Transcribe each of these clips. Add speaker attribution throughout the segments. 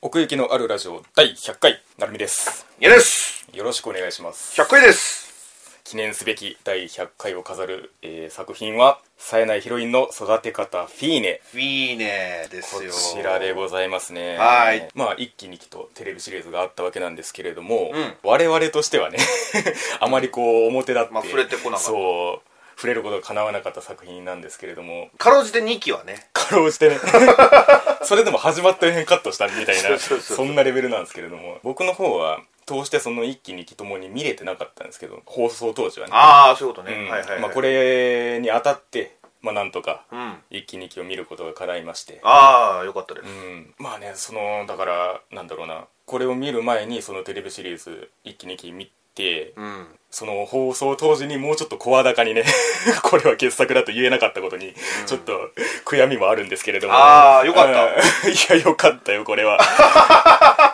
Speaker 1: 奥行きのあるラジオ第100回なるみです
Speaker 2: やです
Speaker 1: よろしくお願いします
Speaker 2: 100回です
Speaker 1: 記念すべき第100回を飾る、えー作品は冴えないヒロインの育て方フィーネ
Speaker 2: いいねです
Speaker 1: こ
Speaker 2: よ
Speaker 1: ちらでございますね
Speaker 2: はい
Speaker 1: まあ一期二期とテレビシリーズがあったわけなんですけれども、
Speaker 2: うん
Speaker 1: 我々としてはね あまりこう表立って、
Speaker 2: まあ触れてこなかった
Speaker 1: そう触れることがかなわなかった作品なんですけれども
Speaker 2: かろうじて2期はね
Speaker 1: かろうじてね それでも始まった辺カットしたみたい
Speaker 2: そ
Speaker 1: な
Speaker 2: うそうそう
Speaker 1: そんなレベルなんですけれども僕の方は通してその一期二期ともに見れてなかったんですけど放送当時はね
Speaker 2: ああそういうことね、
Speaker 1: うん
Speaker 2: はいはい、はい、
Speaker 1: まあ、これに当たって、まあ、なんとか
Speaker 2: うん
Speaker 1: 一期二期を見ることが叶いまして
Speaker 2: ああよかったです、
Speaker 1: うん、まあねそのだからなんだろうなこれを見る前にそのテレビシリーズ一期二期見て、
Speaker 2: うん
Speaker 1: その放送当時にもうちょっと声高にね これは傑作だと言えなかったことに、ちょっと悔やみもあるんですけれども
Speaker 2: あーよかった
Speaker 1: た いやよかったよこれ は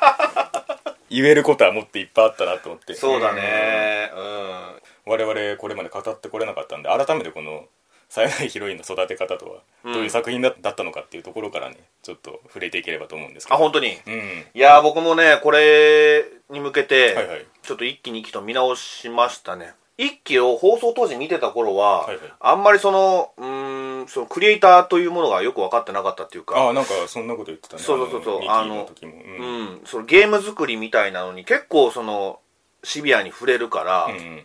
Speaker 1: 言えることはもっといっぱいあったなと思って
Speaker 2: そうだねうん、
Speaker 1: 我々これまで語ってこれなかったんで改めてこの「冴えないヒロインの育て方」とはどういう作品だだったのかっていうところからねちょっと触れていければと思うんですけ
Speaker 2: あ
Speaker 1: ど
Speaker 2: 本当に、い
Speaker 1: うん
Speaker 2: やー僕もねこれに向けて、
Speaker 1: はいはい
Speaker 2: ちょっと1期2期と見直しましたね1期を放送当時見てた頃は、
Speaker 1: はいはい
Speaker 2: あんまりそのうーんそのクリエイターというものがよく分かってなかったっていうか
Speaker 1: あなんかそんなこと言ってたね
Speaker 2: そうそうそうそう
Speaker 1: あのミキの時もうんうん
Speaker 2: うん、そのゲーム作りみたいなのに結構そのシビアに触れるから、
Speaker 1: うん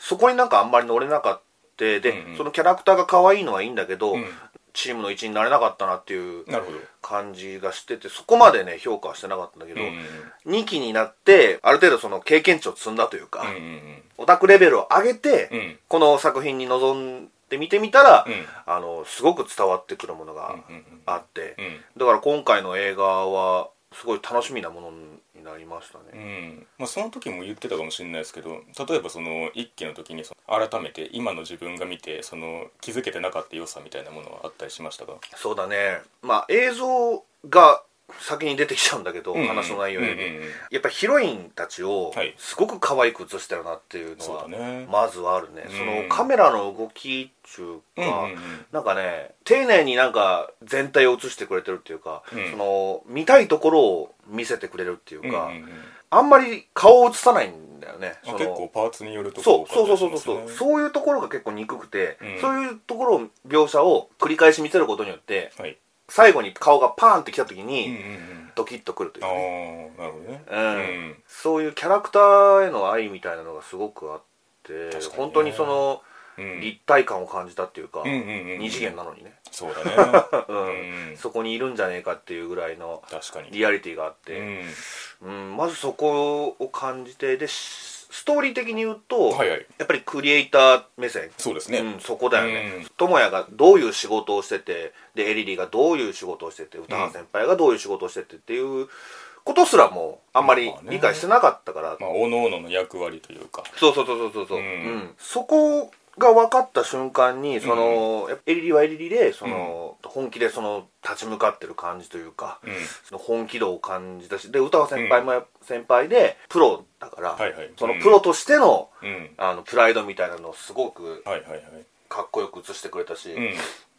Speaker 2: そこになんかあんまり乗れなかったで、
Speaker 1: うんうん
Speaker 2: そのキャラクターが可愛いのはいいんだけど、
Speaker 1: うん
Speaker 2: チームの一員になれなかったなっていう
Speaker 1: なるほど
Speaker 2: 感じがしててそこまでね評価はしてなかったんだけど、
Speaker 1: うんうん
Speaker 2: 2期になってある程度その経験値を積んだというか、
Speaker 1: うんうん
Speaker 2: オタクレベルを上げて、
Speaker 1: うんうん
Speaker 2: この作品に臨んで見てみたら、
Speaker 1: うん
Speaker 2: あのすごく伝わってくるものが
Speaker 1: うんうん
Speaker 2: あって、
Speaker 1: うん
Speaker 2: だから今回の映画はすごい楽しみなものになりました
Speaker 1: う
Speaker 2: ね、
Speaker 1: んまあ、その時も言ってたかもしれないですけど例えばその一期の時にその改めて今の自分が見てその気づけてなかった良さみたいなものはあったりしましたか
Speaker 2: そうだねまあ映像が先に出てきちゃうんだけど、
Speaker 1: うんうん
Speaker 2: 話の内容より、
Speaker 1: うんうんうん
Speaker 2: やっぱヒロインたちを
Speaker 1: はい
Speaker 2: すごく可愛く映してるなっていうの
Speaker 1: そう
Speaker 2: は、
Speaker 1: だね
Speaker 2: まずはあるね、そ
Speaker 1: うん
Speaker 2: のカメラの動きっていう
Speaker 1: うん
Speaker 2: か、
Speaker 1: うんうん
Speaker 2: なんかね丁寧になんか全体を映してくれてるっていうか、
Speaker 1: うん
Speaker 2: その見たいところを見せてくれるっていうか、
Speaker 1: うんうんうん
Speaker 2: あんまり顔を映さないんだよね
Speaker 1: あ
Speaker 2: その
Speaker 1: 結構パーツによると
Speaker 2: そ
Speaker 1: こ
Speaker 2: うそう
Speaker 1: ろ
Speaker 2: そうそうそうそういうところが結構憎くて、
Speaker 1: うん
Speaker 2: そういうところを描写を繰り返し見せることによって
Speaker 1: うはい
Speaker 2: 最後に顔がパーンってきた時
Speaker 1: うんうん
Speaker 2: に
Speaker 1: うん
Speaker 2: ドキッとくるという
Speaker 1: ああ
Speaker 2: かね、
Speaker 1: なるほどね
Speaker 2: うん
Speaker 1: うん
Speaker 2: そういうキャラクターへの愛みたいなのがすごくあって、
Speaker 1: 確かにね
Speaker 2: 本当にその
Speaker 1: うん
Speaker 2: 立体感を感じたっていうか、
Speaker 1: うんうんうんうん
Speaker 2: 二次元なのにね、
Speaker 1: そうだね
Speaker 2: うん
Speaker 1: うん
Speaker 2: そこにいるんじゃねえかっていうぐらいの
Speaker 1: 確かに
Speaker 2: リアリティがあっ
Speaker 1: う
Speaker 2: て、
Speaker 1: ん
Speaker 2: うんまずそこを感じてでしストーリー的に言うと、
Speaker 1: はいはい
Speaker 2: やっぱりクリエイター目線
Speaker 1: そうですね
Speaker 2: うん、そこだよね
Speaker 1: うん
Speaker 2: 智也がどういう仕事をしててでエリリーがどういう仕事をしてて歌原先輩がどういう仕事をしててっていうことすらもあんまり
Speaker 1: まあね
Speaker 2: 理解してなかったから、
Speaker 1: まあおのおのの役割というか
Speaker 2: そうそうそうそうそう、
Speaker 1: う
Speaker 2: うんんそこが分かった瞬間にその、やっぱエリリーはエリリーでその、本気でその立ち向かってる感じというか、
Speaker 1: うん
Speaker 2: その本気度を感じたしで歌原先輩もや先輩でプロだから、
Speaker 1: はいはい
Speaker 2: そのプロとしての,、
Speaker 1: うん
Speaker 2: あのプライドみたいなのをすごく
Speaker 1: はいはいはい
Speaker 2: かっこよく映してくれたし、
Speaker 1: うん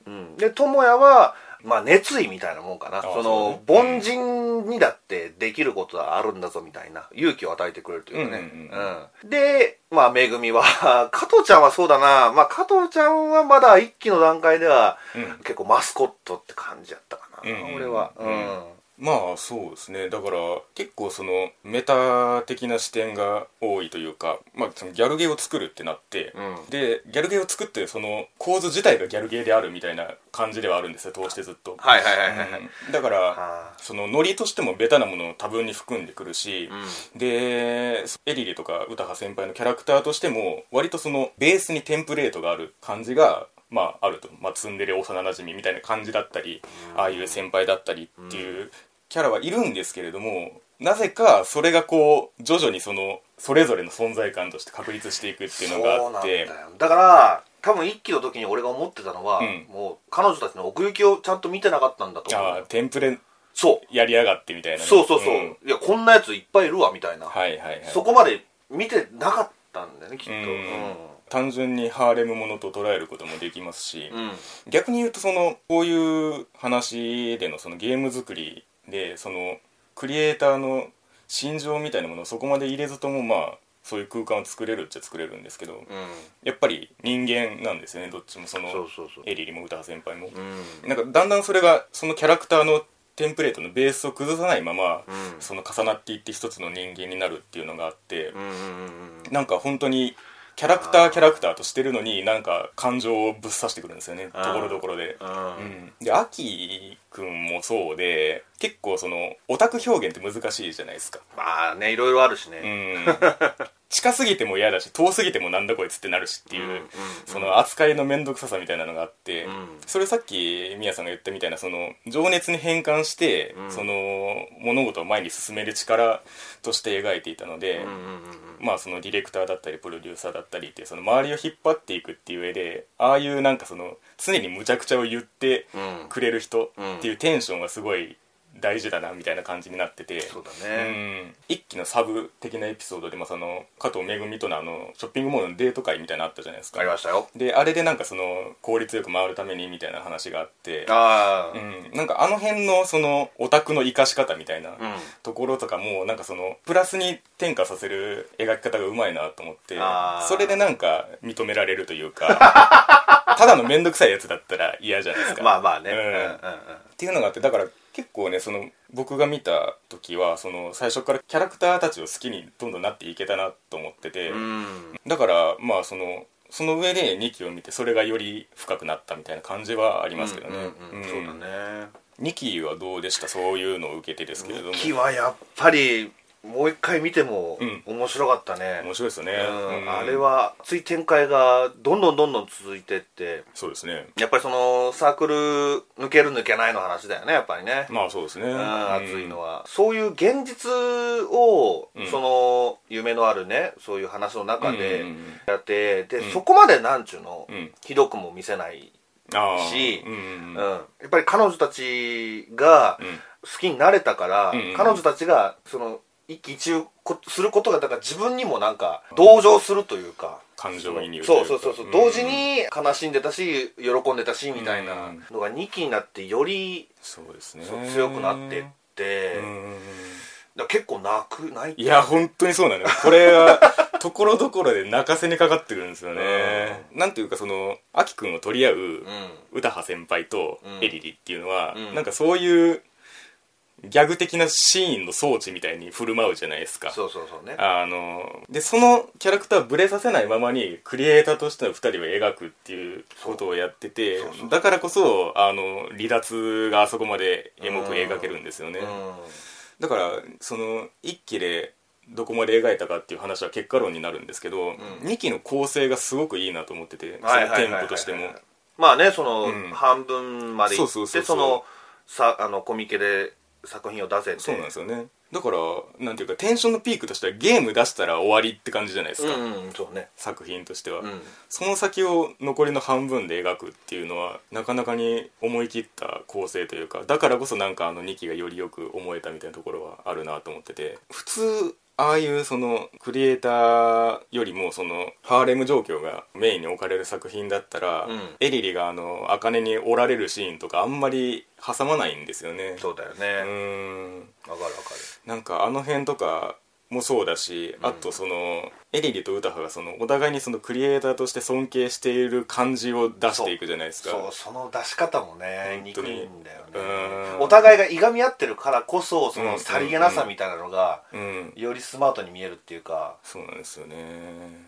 Speaker 2: うん、で智也は、まあ、熱意みたいなもんかな
Speaker 1: あ
Speaker 2: そ
Speaker 1: そう
Speaker 2: の
Speaker 1: ね
Speaker 2: 凡人にだってできることはあるんだぞみたいな勇気を与えてくれるというかね、
Speaker 1: うんう
Speaker 2: うん
Speaker 1: うん
Speaker 2: でまあめぐみは 加藤ちゃんはそうだな、まあ、加藤ちゃんはまだ一期の段階では
Speaker 1: うん
Speaker 2: 結構マスコットって感じやったかな、
Speaker 1: うんうんうん
Speaker 2: 俺は、うん
Speaker 1: まあそうですねだから結構そのメタ的な視点が多いというか、まあ、そのギャルゲーを作るってなって、
Speaker 2: うん
Speaker 1: でギャルゲーを作ってその構図自体がギャルゲーであるみたいな感じではあるんですよ通してずっと、
Speaker 2: はいはいはいはいはい、
Speaker 1: うんだから
Speaker 2: あ
Speaker 1: そのノリとしてもベタなものを多分に含んでくるし
Speaker 2: ー、うん
Speaker 1: でエリリとか歌羽先輩のキャラクターとしても割とそのベースにテンプレートがある感じがまああると、まあ、ツンデレ幼なじみみたいな感じだったり、ああいう先輩だったりっていうキャラはいるんですけれどもなぜかそれがこう徐々にそのそれぞれの存在感として確立していくっていうのがあって
Speaker 2: そうなんだよだから多分1期の時に俺が思ってたのは、
Speaker 1: うん
Speaker 2: もう彼女たちの奥行きをちゃんと見てなかったんだと思
Speaker 1: ああ
Speaker 2: う
Speaker 1: テンプレ
Speaker 2: そう
Speaker 1: やりやがってみたいなね
Speaker 2: そうそうそう、
Speaker 1: ん
Speaker 2: いやこんなやついっぱいいるわみたいな、
Speaker 1: はいはいはい
Speaker 2: そこまで見てなかったんだよねきっと
Speaker 1: う
Speaker 2: うんん、
Speaker 1: 単純にハーレムものと捉えることもできますし、
Speaker 2: うん
Speaker 1: 逆に言うとそのこういう話でのそのゲーム作りでそのクリエイターの心情みたいなものをそこまで入れずともまあそういう空間を作れるっちゃ作れるんですけど、やっぱり人間なんですよねどっちもその
Speaker 2: そうそうそう
Speaker 1: エリリも歌羽先輩も
Speaker 2: う、ん
Speaker 1: なんかだんだんそれがそのキャラクターのテンプレートのベースを崩さないまま、
Speaker 2: うん
Speaker 1: その重なっていって一つの人間になるっていうのがあって
Speaker 2: う、んうんうん
Speaker 1: なんか本当にキャラクターキャラクターとしてるのになんか感情をぶっ刺してくるんですよねと
Speaker 2: あー
Speaker 1: ころどころで。
Speaker 2: う
Speaker 1: うんん、でアキくんもそうで結構そのオタク表現って難しいじゃないですか。
Speaker 2: まあねいろいろあるし
Speaker 1: う
Speaker 2: ね
Speaker 1: ん、近すぎても嫌だし遠すぎてもなんだこいつってなるしっていう、
Speaker 2: うんうん
Speaker 1: その扱いの面倒くささみたいなのがあって、
Speaker 2: うん
Speaker 1: それさっきみやさんが言ったみたいなその情熱に変換して、
Speaker 2: うん
Speaker 1: その物事を前に進める力として描いていたので、
Speaker 2: うんうんうん
Speaker 1: まあそのディレクターだったりプロデューサーだったりっていうその周りを引っ張っていくっていう上でああいうなんかその常に無茶苦茶を言って
Speaker 2: うんうん
Speaker 1: くれる人っていうテンションがすごい大事だなみたいな感じになってて。
Speaker 2: そうだ
Speaker 1: う
Speaker 2: ね
Speaker 1: ん、一期のサブ的なエピソードでもその加藤めぐみとのあのショッピングモールのデート会みたいなのあったじゃないですか
Speaker 2: ありましたよ
Speaker 1: であれでなんかその効率よく回るためにみたいな話があって
Speaker 2: あ
Speaker 1: う
Speaker 2: あ
Speaker 1: ん、なんかあの辺のそのオタクの生かし方みたいな
Speaker 2: うん
Speaker 1: ところとかもなんかそのプラスに転化させる描き方がうまいなと思って
Speaker 2: あー
Speaker 1: それでなんか認められるというか ただの面倒くさいやつだったら嫌じゃないですか、
Speaker 2: まあまあね
Speaker 1: うん
Speaker 2: うんうんうん
Speaker 1: っていうのがあってだから結構ねその僕が見た時はその最初からキャラクターたちを好きにどんどんなっていけたなと思ってて、
Speaker 2: うん
Speaker 1: だからまあそのその上で2期を見てそれがより深くなったみたいな感じはありますけどね、
Speaker 2: うんうんうんそうだね
Speaker 1: 2期はどうでしたそういうのを受けてですけれども
Speaker 2: ミキはやっぱりもう一回見ても
Speaker 1: うん
Speaker 2: 面白かったね、
Speaker 1: 面白いですよね、
Speaker 2: うん
Speaker 1: うん
Speaker 2: あれは熱い展開がどんどんどんどん続いてって
Speaker 1: そうですね
Speaker 2: やっぱりそのサークル抜ける抜けないの話だよねやっぱりね、
Speaker 1: まあそうですね、う
Speaker 2: うん
Speaker 1: ん、
Speaker 2: 熱いのは、そういう現実を、
Speaker 1: うん
Speaker 2: その夢のあるねそういう話の中
Speaker 1: うんうん
Speaker 2: で
Speaker 1: うんうん
Speaker 2: やって、で、
Speaker 1: うん
Speaker 2: そこまでなんちゅうの、
Speaker 1: うん
Speaker 2: ひどくも見せない、
Speaker 1: あー
Speaker 2: し
Speaker 1: うん
Speaker 2: う
Speaker 1: うんん
Speaker 2: やっぱり彼女たちが、好きになれたから、
Speaker 1: うんうん
Speaker 2: 彼女たちがその一喜一憂こすることがだから自分にもなんか同情するというか
Speaker 1: 感情移入とい
Speaker 2: そう
Speaker 1: か
Speaker 2: うそうそうそう、
Speaker 1: ん
Speaker 2: 同時に悲しんでたし喜んでたしみたいな
Speaker 1: うん
Speaker 2: のが2期になってより
Speaker 1: そうですね
Speaker 2: そう強くなってって、
Speaker 1: うんうんうん
Speaker 2: だから結構泣く泣いて
Speaker 1: いや本当にそうなんだよこれ はところどころで泣かせにかかってくるんですよね、なんていうかそのあきくんを取り合う、歌羽先輩と
Speaker 2: うん
Speaker 1: エリリっていうのは、
Speaker 2: うん
Speaker 1: なんかそういうギャグ的なシーンの装置みたいに振る舞うじゃないですか
Speaker 2: そうそうそうね
Speaker 1: あのでそのキャラクターをブレさせないままにクリエイターとしての2人を描くっていうことをやってて
Speaker 2: そうそうそう
Speaker 1: だからこそあの離脱があそこまでエモく描けるんですよね、
Speaker 2: う
Speaker 1: だからその1期でどこまで描いたかっていう話は結果論になるんですけど、
Speaker 2: ん
Speaker 1: 2期の構成がすごくいいなと思ってて
Speaker 2: んは
Speaker 1: そ
Speaker 2: い
Speaker 1: の
Speaker 2: は
Speaker 1: テ
Speaker 2: いはいはい
Speaker 1: ンポとしても。
Speaker 2: まあねその、
Speaker 1: うん
Speaker 2: 半分までいって
Speaker 1: そう
Speaker 2: そ
Speaker 1: そうそうそう
Speaker 2: のさあのコミケで作品を出せて
Speaker 1: そうなんですよねだからなんていうかテンションのピークとしてはゲーム出したら終わりって感じじゃないですか、
Speaker 2: うんうんそうね
Speaker 1: 作品としては、
Speaker 2: うん
Speaker 1: その先を残りの半分で描くっていうのはなかなかに思い切った構成というかだからこそなんかあの2期がよりよく思えたみたいなところはあるなと思ってて普通ああいうそのクリエイターよりもそのハーレム状況がメインに置かれる作品だったら、
Speaker 2: うん
Speaker 1: エリリがあの茜に折られるシーンとかあんまり挟まないんですよね
Speaker 2: そうだよ
Speaker 1: う
Speaker 2: ね
Speaker 1: ん
Speaker 2: わ、かるわかる
Speaker 1: なんかあの辺とかもそうだし、あとそのエリリと歌羽がそのお互いにそのクリエイターとして尊敬している感じを出していくじゃないですか
Speaker 2: そうその出し方もね
Speaker 1: 本当
Speaker 2: 憎
Speaker 1: に
Speaker 2: いんだよね
Speaker 1: うん
Speaker 2: お互いがいがみ合ってるからこそそ
Speaker 1: うん
Speaker 2: のさりげなさみたいなのが
Speaker 1: うん
Speaker 2: よりスマートに見えるっていうか
Speaker 1: そうなんですよね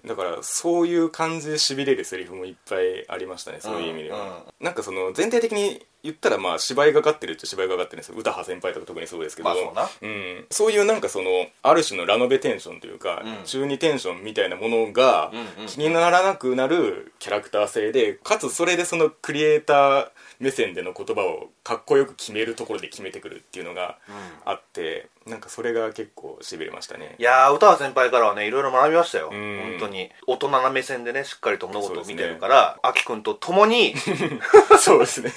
Speaker 1: だからそういう感じでしびれるセリフもいっぱいありましたねそういう意味では、なんかその全体的に言ったらまあ芝居がかってるっちゃ芝居がかってるんですよ歌羽先輩とか特にそうですけど、
Speaker 2: まあそうな
Speaker 1: うん、そういうなんかそのある種のラノベテンションというか、
Speaker 2: うん
Speaker 1: 中二テンションみたいなものが
Speaker 2: うんうん
Speaker 1: 気にならなくなるキャラクター性でかつそれでそのクリエイター目線での言葉をかっこよく決めるところで決めてくるっていうのがあって、なんかそれが結構しびれましたね
Speaker 2: い。やー歌羽先輩からはねいろいろ学びましたよ
Speaker 1: ん
Speaker 2: 本当に大人な目線でねしっかりと物事を見てるからあきくんと共に
Speaker 1: そうですね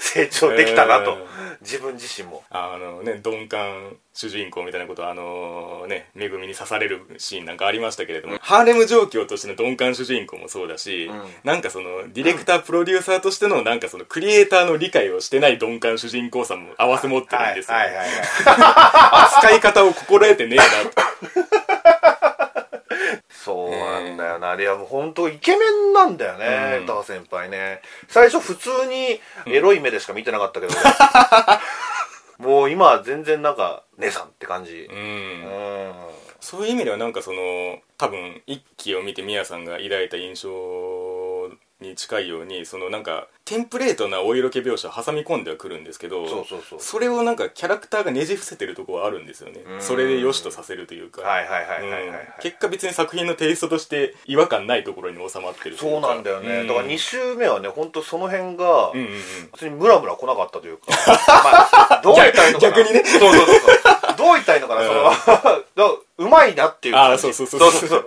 Speaker 2: 成長できたなと自分自身も
Speaker 1: あのね鈍感主人公みたいなことあのね恵みに刺されるシーンなんかありましたけれども、ハーレム状況としての鈍感主人公もそうだし、
Speaker 2: ん
Speaker 1: なんかそのディレクタープロデューサーとしてのなんかそのクリエイターの理解をしてない鈍感主人公さも合わせ持ってるんですよ、
Speaker 2: はいはいはいはい
Speaker 1: 扱い方を心得てねえな と
Speaker 2: そうなんだよな、いやもう本当イケメンなんだよね、
Speaker 1: うん
Speaker 2: 歌川先輩ね最初普通にエロい目でしか見てなかったけど、もう今は全然なんか姉さんって感じ
Speaker 1: うん
Speaker 2: うん、
Speaker 1: そういう意味ではなんかその多分一期を見てミヤさんが抱いた印象に近いようにそのなんかテンプレートなお色気描写を挟み込んではくるんですけど
Speaker 2: そうそうそう
Speaker 1: それをなんかキャラクターがねじ伏せてるとこはあるんですよね
Speaker 2: ん
Speaker 1: それで良しとさせるというか、
Speaker 2: はいはいはいはいはい、はい
Speaker 1: うん結果別に作品のテイストとして違和感ないところに収まってるとい
Speaker 2: そうなんだよね、
Speaker 1: うん
Speaker 2: だから2周目はね本当その辺が、
Speaker 1: うんうんうん
Speaker 2: 普通にムラムラ来なかったというか、まあ、どう言ったらいいのかな
Speaker 1: 逆逆にね
Speaker 2: そうそうそうそうどう言ったらいいのかな、そのだ からうまいなっていう感じ
Speaker 1: あーそうそうそうそう
Speaker 2: そう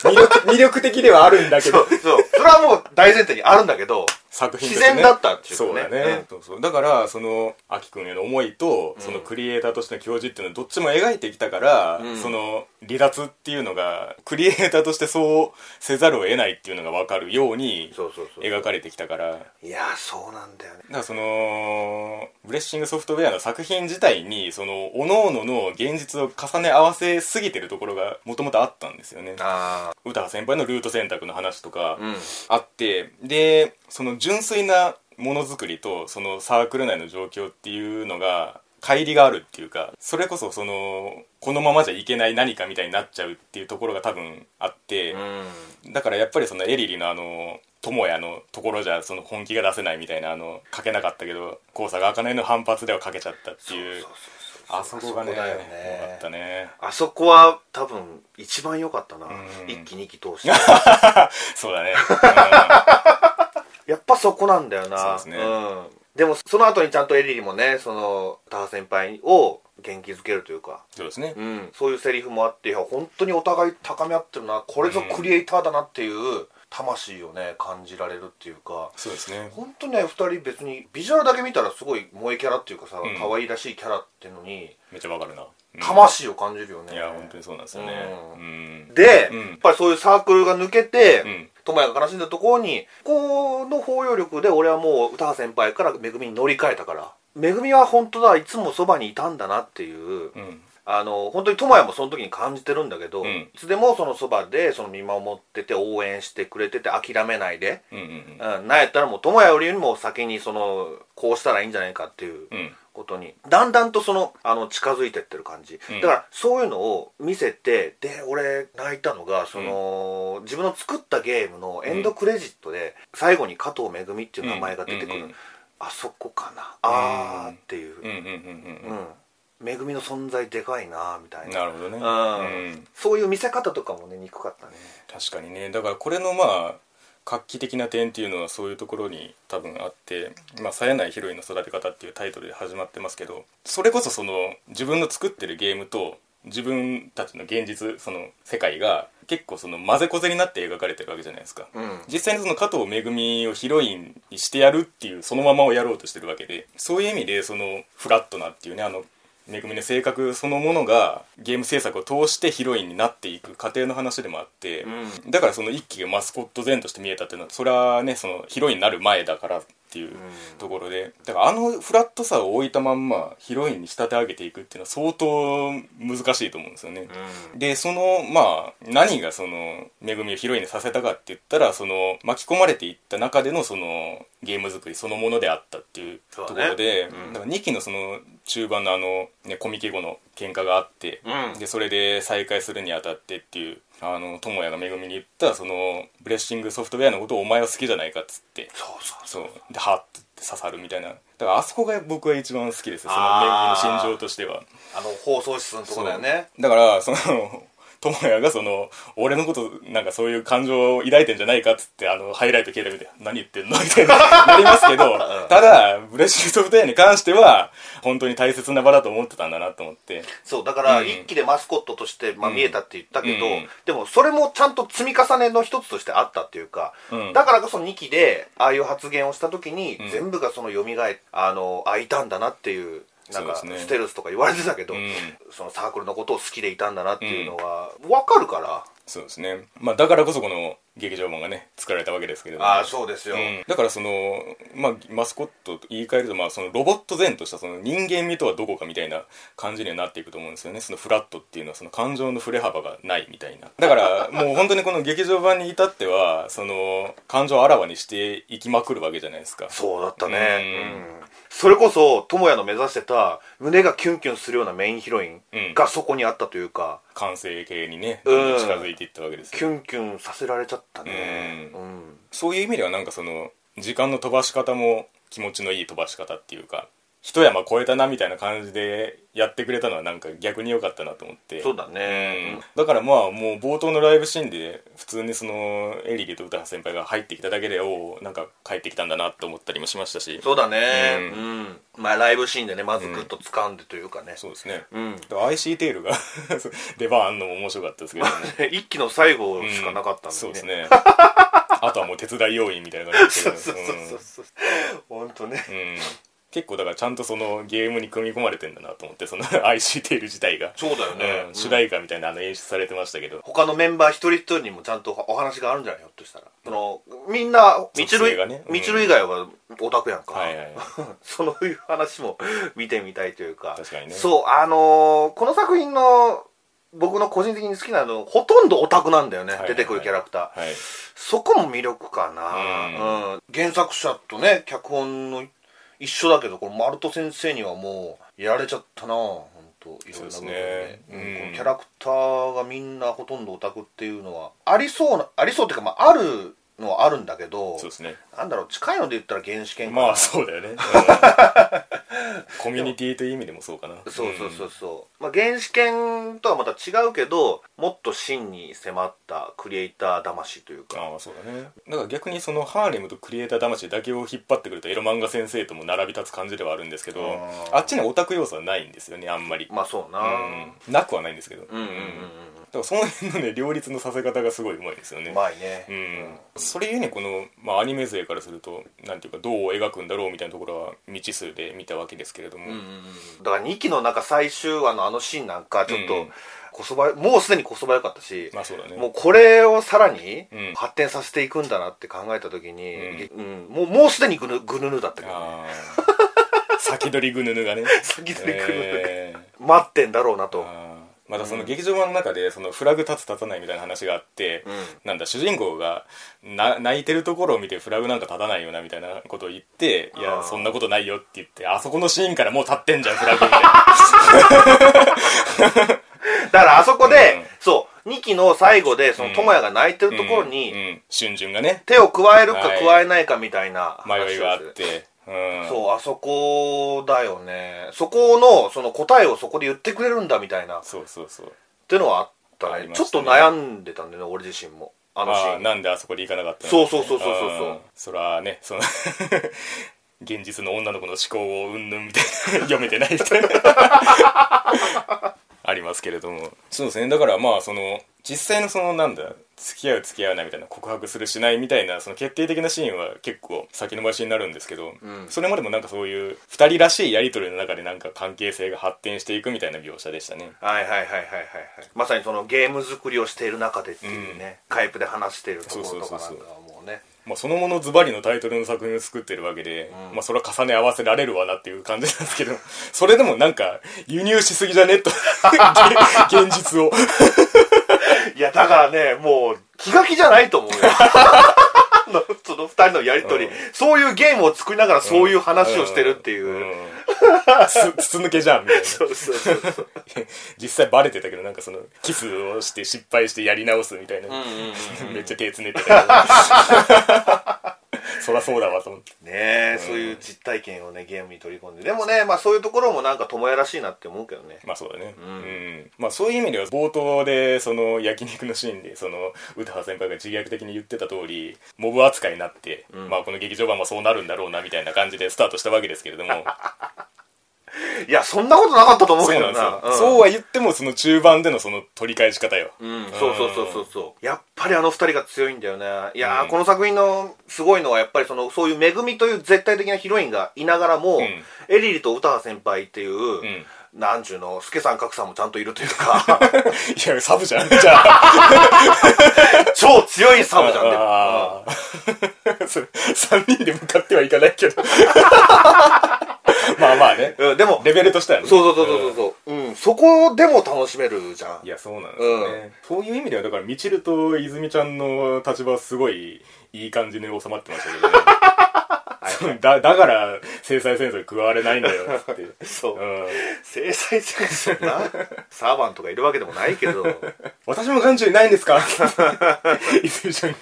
Speaker 2: そう
Speaker 1: 魅力魅力的ではあるんだけ
Speaker 2: そ
Speaker 1: ど
Speaker 2: うそうそれはもう大前提にあるんだけど
Speaker 1: 作品として
Speaker 2: 自然だったっていうかね
Speaker 1: そうだね、そうそうだからそのアキ君への思いと、そのクリエイターとしての教授っていうのはどっちも描いてきたから、
Speaker 2: ん
Speaker 1: その離脱っていうのがクリエイターとしてそうせざるを得ないっていうのが分かるように
Speaker 2: そうそうそう
Speaker 1: 描かれてきたからだか
Speaker 2: いやーそうなんだよね
Speaker 1: らそのブレッシングソフトウェアの作品自体にその各々の現実を重ね合わせすぎてるところがもともとあったんですよね
Speaker 2: あ
Speaker 1: 歌川先輩のルート選択の話とか、
Speaker 2: あうん
Speaker 1: あってでその純粋なものづくりとそのサークル内の状況っていうのが乖離があるっていうかそれこそそのこのままじゃいけない何かみたいになっちゃうっていうところが多分あって、だからやっぱりそのエリリのあの友也のところじゃその本気が出せないみたいなあの書けなかったけど高坂茜の反発では書けちゃったっていう
Speaker 2: そうそう
Speaker 1: あそこがね
Speaker 2: あそこだよね
Speaker 1: よかったね
Speaker 2: あそこは多分一番良かったな、
Speaker 1: ん
Speaker 2: 一期二 期通して
Speaker 1: そう だね、
Speaker 2: やっぱそこなんだよな
Speaker 1: そうですね
Speaker 2: ん、でもその後にちゃんとエリリもねその田原先輩を元気づけるというか
Speaker 1: うんそうですね
Speaker 2: うん、そういうセリフもあっていや本当にお互い高め合ってるなこれぞクリエイターだなっていう魂をね感じられるっていうか
Speaker 1: そうですね
Speaker 2: 本当ね2人別にビジュアルだけ見たらすごい萌えキャラっていうかさ、
Speaker 1: ん
Speaker 2: 可愛らしいキャラっていうのに
Speaker 1: めっちゃわかるな、うん
Speaker 2: 魂を感じるよね、
Speaker 1: いや本当にそうなんですよね
Speaker 2: う
Speaker 1: うん
Speaker 2: で、
Speaker 1: うん
Speaker 2: やっぱりそういうサークルが抜けて、
Speaker 1: うん
Speaker 2: 友也が悲しんだところにこの包容力で俺はもう歌川先輩から恵みに乗り換えたから恵みは本当だいつもそばにいたんだなっていう
Speaker 1: うん
Speaker 2: あの本当に智也もその時に感じてるんだけど、
Speaker 1: うん
Speaker 2: いつでもそのそばでその見守ってて応援してくれてて諦めないで、
Speaker 1: うんうん
Speaker 2: うん、なんやったらもう智也よりも先にそのこうしたらいいんじゃないかっていう
Speaker 1: うん
Speaker 2: ことにだんだんとそのあの近づいてってる感じ、
Speaker 1: うん
Speaker 2: だからそういうのを見せてで俺泣いたのがその、自分の作ったゲームのエンドクレジットで最後に加藤めぐみっていう名前が出てく
Speaker 1: う
Speaker 2: る、
Speaker 1: んうんうん
Speaker 2: あそこかなあーってい
Speaker 1: う
Speaker 2: う、
Speaker 1: んうんうん
Speaker 2: うん、恵みの存在でかいなみた
Speaker 1: うん
Speaker 2: いな
Speaker 1: なるほどね
Speaker 2: うん
Speaker 1: うん
Speaker 2: そういう見せ方とかもね憎かったね
Speaker 1: 確かにねだからこれのまあ画期的な点っていうのはそういうところに多分あって「まあ、冴えないヒロインの育て方」っていうタイトルで始まってますけどそれこそその自分の作ってるゲームと自分たちの現実その世界が結構その混ぜこぜになって描かれてるわけじゃないですか、
Speaker 2: うん
Speaker 1: 実際にその加藤めぐみをヒロインにしてやるっていうそのままをやろうとしてるわけでそういう意味でそのフラットなっていうねあのめぐみの性格そのものがゲーム制作を通してヒロインになっていく過程の話でもあって、
Speaker 2: う
Speaker 1: だからその一期がマスコット前として見えたっていうのはそれはねそのヒロインになる前だからっていうところでだからあのフラットさを置いたまんまヒロインに仕立て上げていくっていうのは相当難しいと思うんですよね。でそのまあ何がその恵みをヒロインにさせたかって言ったらその巻き込まれていった中でのそのゲーム作りそのものであったっていうところで
Speaker 2: そうだねうん
Speaker 1: だから2期のその中盤のあの、ね、コミケ後の喧嘩があって、
Speaker 2: うん
Speaker 1: でそれで再開するにあたってっていうあの智也が恵みに言ったそのブレッシングソフトウェアのことをお前は好きじゃないかっつって
Speaker 2: そうそうそう
Speaker 1: そうでハッて刺さるみたいなだからあそこが僕は一番好きですよその恵み
Speaker 2: あー
Speaker 1: の心情としては。
Speaker 2: あの放送室のとこだよね
Speaker 1: だからその 智也がその俺のことなんかそういう感情を抱いてんじゃないかっつってあのハイライト携帯見て何言ってんのみたいな なりますけどただブレシートフトヤに関しては本当に大切な場だと思ってたんだなと思って
Speaker 2: そうだから
Speaker 1: うん
Speaker 2: 一期でマスコットとして、まあ、
Speaker 1: うん
Speaker 2: 見えたって言ったけど、
Speaker 1: うん
Speaker 2: でもそれもちゃんと積み重ねの一つとしてあったっていうか、
Speaker 1: うん
Speaker 2: だからこそ2期でああいう発言をした時に、
Speaker 1: ん
Speaker 2: 全部がその蘇えあのあいたんだなっていうなんか
Speaker 1: そうですね
Speaker 2: ステルスとか言われてたけど、
Speaker 1: うん
Speaker 2: そのサークルのことを好きでいたんだなっていうのは分かるから、
Speaker 1: そうですね、まあ、だからこそこの劇場版がね作られたわけですけれども
Speaker 2: ああそうですよ、
Speaker 1: うんだからその、まあ、マスコットと言い換えると、まあ、そのロボット前としたその人間味とはどこかみたいな感じにはなっていくと思うんですよねそのフラットっていうのはその感情の振れ幅がないみたいなだからもう本当にこの劇場版に至ってはその感情をあらわにしていきまくるわけじゃないですか
Speaker 2: そうだったね、
Speaker 1: うん
Speaker 2: うんそれこそ智也の目指してた胸がキュンキュンするようなメインヒロインがそこにあったというか、
Speaker 1: 完成形にね
Speaker 2: うん
Speaker 1: どんどん近づいていったわけですよ
Speaker 2: キュンキュンさせられちゃったね、
Speaker 1: う
Speaker 2: うん
Speaker 1: そういう意味ではなんかその時間の飛ばし方も気持ちのいい飛ばし方っていうか一山越えたなみたいな感じでやってくれたのはなんか逆に良かったなと思って
Speaker 2: そうだ
Speaker 1: う
Speaker 2: ね
Speaker 1: ん、だからまあもう冒頭のライブシーンで普通にそのエリゲと歌先輩が入ってきただけでおおんか帰ってきたんだなと思ったりもしましたし
Speaker 2: そうだね
Speaker 1: う
Speaker 2: うん、まあライブシーンでねまずグッと掴んでというかね、
Speaker 1: そうですね、
Speaker 2: うん
Speaker 1: だから IC テールが 出番あんのも面白かったですけども
Speaker 2: 一期の最後 しかなかったんで、ね
Speaker 1: そうですねあとはもう手伝い要員みたいな感じ
Speaker 2: そう
Speaker 1: です
Speaker 2: そう
Speaker 1: けど
Speaker 2: そうそう本当ね
Speaker 1: うんうん結構だからちゃんとそのゲームに組み込まれてんだなと思ってその IC テール自体が、
Speaker 2: そうだよ
Speaker 1: うん主題歌みたいなあの演出されてましたけど、
Speaker 2: 他のメンバー一人一人にもちゃんとお話があるんじゃないひょっとしたらそのみんなみちる
Speaker 1: 属性がねうん
Speaker 2: みちる以外はオタクやんか、
Speaker 1: はいはいはい
Speaker 2: そのいう話も 見てみたいというか
Speaker 1: 確かにね
Speaker 2: そうあのーこの作品の僕の個人的に好きなのほとんどオタクなんだよ
Speaker 1: い
Speaker 2: ね、
Speaker 1: はいはい
Speaker 2: 出てくるキャラクター、
Speaker 1: はい
Speaker 2: そこも魅力かな、うん原作者とね脚本の一緒だけどこの丸戸先生にはもうやられちゃったな本当いろんな部分で
Speaker 1: そうですねうん
Speaker 2: うんこのキャラクターがみんなほとんどオタクっていうのはありそうなありそうっていうか、まあ、あるのはあるんだけど
Speaker 1: そうですね
Speaker 2: なんだろう近いので言ったら原始圏かな
Speaker 1: まあそうだよね、 うんコミュニティという意味でもそうかな
Speaker 2: そうそうそうそう、まあ、原始圏とはまた違うけどもっと真に迫ったクリエイター魂というか
Speaker 1: ああそうだねだから逆にそのハーレムとクリエイター魂だけを引っ張ってくるとエロ漫画先生とも並び立つ感じではあるんですけど
Speaker 2: あー
Speaker 1: あっちにはオタク要素はないんですよねあんまり、
Speaker 2: まあそうな、
Speaker 1: うん、なくはないんですけど、
Speaker 2: うんうんうん
Speaker 1: だからその辺のね両立のさせ方がすごいうまいですよ
Speaker 2: うん
Speaker 1: ね
Speaker 2: うまいね、
Speaker 1: うん、それゆえにこの、まあ、アニメ勢からするとなんていうかどう描くんだろうみたいなところは未知数で見たわけですけれども、
Speaker 2: だから2期のなんか最終話のあのシーンなんかちょっ
Speaker 1: う
Speaker 2: と
Speaker 1: ん
Speaker 2: こそばもうすでにこそばよかったし、
Speaker 1: まあそうだね
Speaker 2: もうこれをさらに
Speaker 1: うん
Speaker 2: 発展させていくんだなって考えた時に、うんもうもうすでにぐぬぐぬぬだったけどね
Speaker 1: ああ先取りぐぬぬがね
Speaker 2: 先取りぐぬぬが
Speaker 1: えー
Speaker 2: 待ってんだろうなと
Speaker 1: あーまたその劇場版の中でそのフラグ立つ立たないみたいな話があって、
Speaker 2: うん
Speaker 1: なんだ主人公がな泣いてるところを見てフラグなんか立たないよなみたいなことを言って「い
Speaker 2: あ
Speaker 1: や
Speaker 2: ー
Speaker 1: そんなことないよ」って言って「あそこのシーンからもう立ってんじゃんフラグ」みたいな
Speaker 2: だからあそこで、
Speaker 1: うん
Speaker 2: そう2期の最後でその智也が泣いてるところ
Speaker 1: うん
Speaker 2: に
Speaker 1: うん春巡がね
Speaker 2: 手を加えるか
Speaker 1: はい
Speaker 2: 加えないかみたいな話を
Speaker 1: 迷いがあって、うん、
Speaker 2: そうあそこだよねそこのその答えをそこで言ってくれるんだみたいな
Speaker 1: そうそうそう
Speaker 2: ってのはあったね
Speaker 1: ありまし
Speaker 2: ち
Speaker 1: た
Speaker 2: ょ
Speaker 1: ね
Speaker 2: っと悩んでたんだよね俺自身もあのシ
Speaker 1: あ
Speaker 2: ー
Speaker 1: あ
Speaker 2: ン
Speaker 1: なんであそこで行かなかったの
Speaker 2: そうそうそうそうそうそう
Speaker 1: ああそらねその 現実の女の子の思考をうんぬんみたいな読めてないみ たいなありますけれどもそうですねだからまあその実際のそのなんだ付き合う付き合わないみたいな告白するしないみたいなその決定的なシーンは結構先延ばしになるんですけど、
Speaker 2: ん
Speaker 1: それまでもなんかそういう2人らしいやり取りの中でなんか関係性が発展していくみたいな描写でしたね
Speaker 2: はいはいはいはいはいはいまさにそのゲーム作りをしている中でっていうね、カイプで話しているところとかな
Speaker 1: そ
Speaker 2: ん
Speaker 1: うそう
Speaker 2: かはもうね
Speaker 1: まあ、そのものズバリのタイトルの作品を作ってるわけで、まあ、それは重ね合わせられるわなっていう感じなんですけど、 それでもなんか、輸入しすぎじゃねと、 げ現実を。
Speaker 2: いやだからねもう気が気じゃないと思うよ あのその2人のやり取り、
Speaker 1: うん
Speaker 2: そういうゲームを作りながらそういう話をしてるっていう、
Speaker 1: ん つ筒抜けじゃんみたいな
Speaker 2: そうそうそうそう
Speaker 1: 実際バレてたけどなんかそのキスをして 失敗してやり直すみたいな、
Speaker 2: んうん
Speaker 1: めっちゃ手つねってたけどそらそうだわと思って
Speaker 2: ねえ、
Speaker 1: うん
Speaker 2: そういう実体験をねゲームに取り込んででもねまあそういうところもなんか友也らしいなって思うけどね
Speaker 1: まあそうだね、
Speaker 2: う
Speaker 1: うんんまあ、そういう意味では冒頭でその焼肉のシーンでその詩羽先輩が自虐的に言ってた通りモブ扱いになって、
Speaker 2: うん
Speaker 1: まあ、この劇場版もそうなるんだろうなみたいな感じでスタートしたわけですけれど も
Speaker 2: いやそんなことなかったと思う
Speaker 1: そう
Speaker 2: け
Speaker 1: な
Speaker 2: ど
Speaker 1: んですよ
Speaker 2: な、、ん
Speaker 1: そうは言ってもその中盤でのその取り返し方よ、
Speaker 2: うん、そうそうそうそうそうやっぱりあの二人が強いんだよねいやー、
Speaker 1: うん
Speaker 2: この作品のすごいのはやっぱりそのそういう恵みという絶対的なヒロインがいながらも、
Speaker 1: ん
Speaker 2: エリリと歌羽先輩っていう、
Speaker 1: うん
Speaker 2: なんちゅうの助さん格さんもちゃんといるというか
Speaker 1: いやサブじゃんじゃあ
Speaker 2: 超強いサブじゃんね
Speaker 1: あーそれ3人で向かってはいかない けどまあまあね
Speaker 2: うん、うんでも
Speaker 1: レベルとしてはね
Speaker 2: そうそうそうそうそう、うんそこでも楽しめるじゃん
Speaker 1: いやそうなんですよね、そういう意味ではだからみちると泉ちゃんの立場はすごいいい感じに収まってましたけど ねそうだだから制裁戦争に加われないんだよっつって、うん、
Speaker 2: そう制裁戦争 なサーバンとかいるわけでもないけど
Speaker 1: 私も眼中にないんです か泉ちゃんが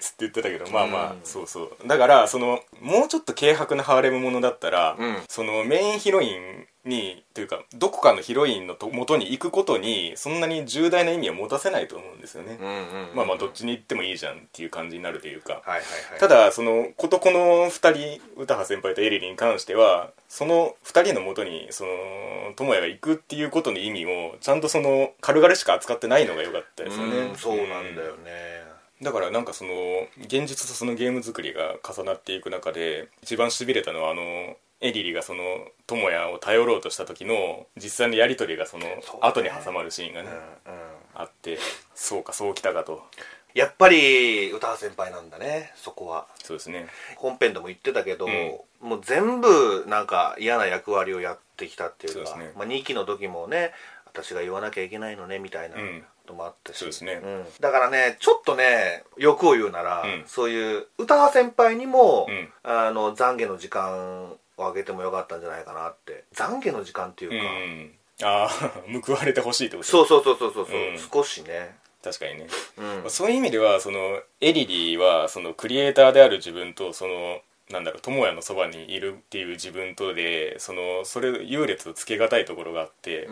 Speaker 1: つって言ってたけどまあまあ、
Speaker 2: うん
Speaker 1: そうそうだからそのもうちょっと軽薄なハーレムものだったら、
Speaker 2: うん
Speaker 1: そのメインヒロインにというかどこかのヒロインのと元に行くことにそんなに重大な意味を持たせないと思うんですよね、
Speaker 2: うんうん、
Speaker 1: まあまあ
Speaker 2: は
Speaker 1: どっちに行ってもいいじゃんっていう感じになるというか、
Speaker 2: いはいはい
Speaker 1: ただそのことこの2人詩羽先輩とエリリに関してはその2人のもとにその智也が行くっていうことの意味をちゃんとその軽々しか扱ってないのが良かったですよね、
Speaker 2: うんそうなんだよね、
Speaker 1: だからなんかその現実とそのゲーム作りが重なっていく中で一番しびれたのはあのエリリがその智也を頼ろうとした時の実際のやり取りがその
Speaker 2: そうね
Speaker 1: 後に挟まるシーンがね
Speaker 2: うんうん
Speaker 1: あってそうかそうきたかと
Speaker 2: やっぱり歌羽先輩なんだねそこは
Speaker 1: そうですね
Speaker 2: 本編でも言ってたけど、
Speaker 1: う
Speaker 2: もう全部なんか嫌な役割をやってきたっていうか
Speaker 1: そうですね
Speaker 2: まあ、2期の時もね私が言わなきゃいけないのねみたいなこ
Speaker 1: うん
Speaker 2: ともあったし、
Speaker 1: そうですね
Speaker 2: んだからねちょっとね欲を言うなら、
Speaker 1: うん
Speaker 2: そういう歌羽先輩にも、
Speaker 1: うん
Speaker 2: あの懺悔の時間をあげてもよかったんじゃないかなって懺悔の時間っていう
Speaker 1: うん
Speaker 2: か、
Speaker 1: ああ 報われてほしいってこと
Speaker 2: そうそうそうそうそう、
Speaker 1: うん
Speaker 2: 少しね
Speaker 1: 確かにね、
Speaker 2: うん
Speaker 1: まあそういう意味ではそのエリリーはそのクリエイターである自分とそのなんだろう智也のそばにいるっていう自分とでそのそれ優劣をつけがたいところがあって、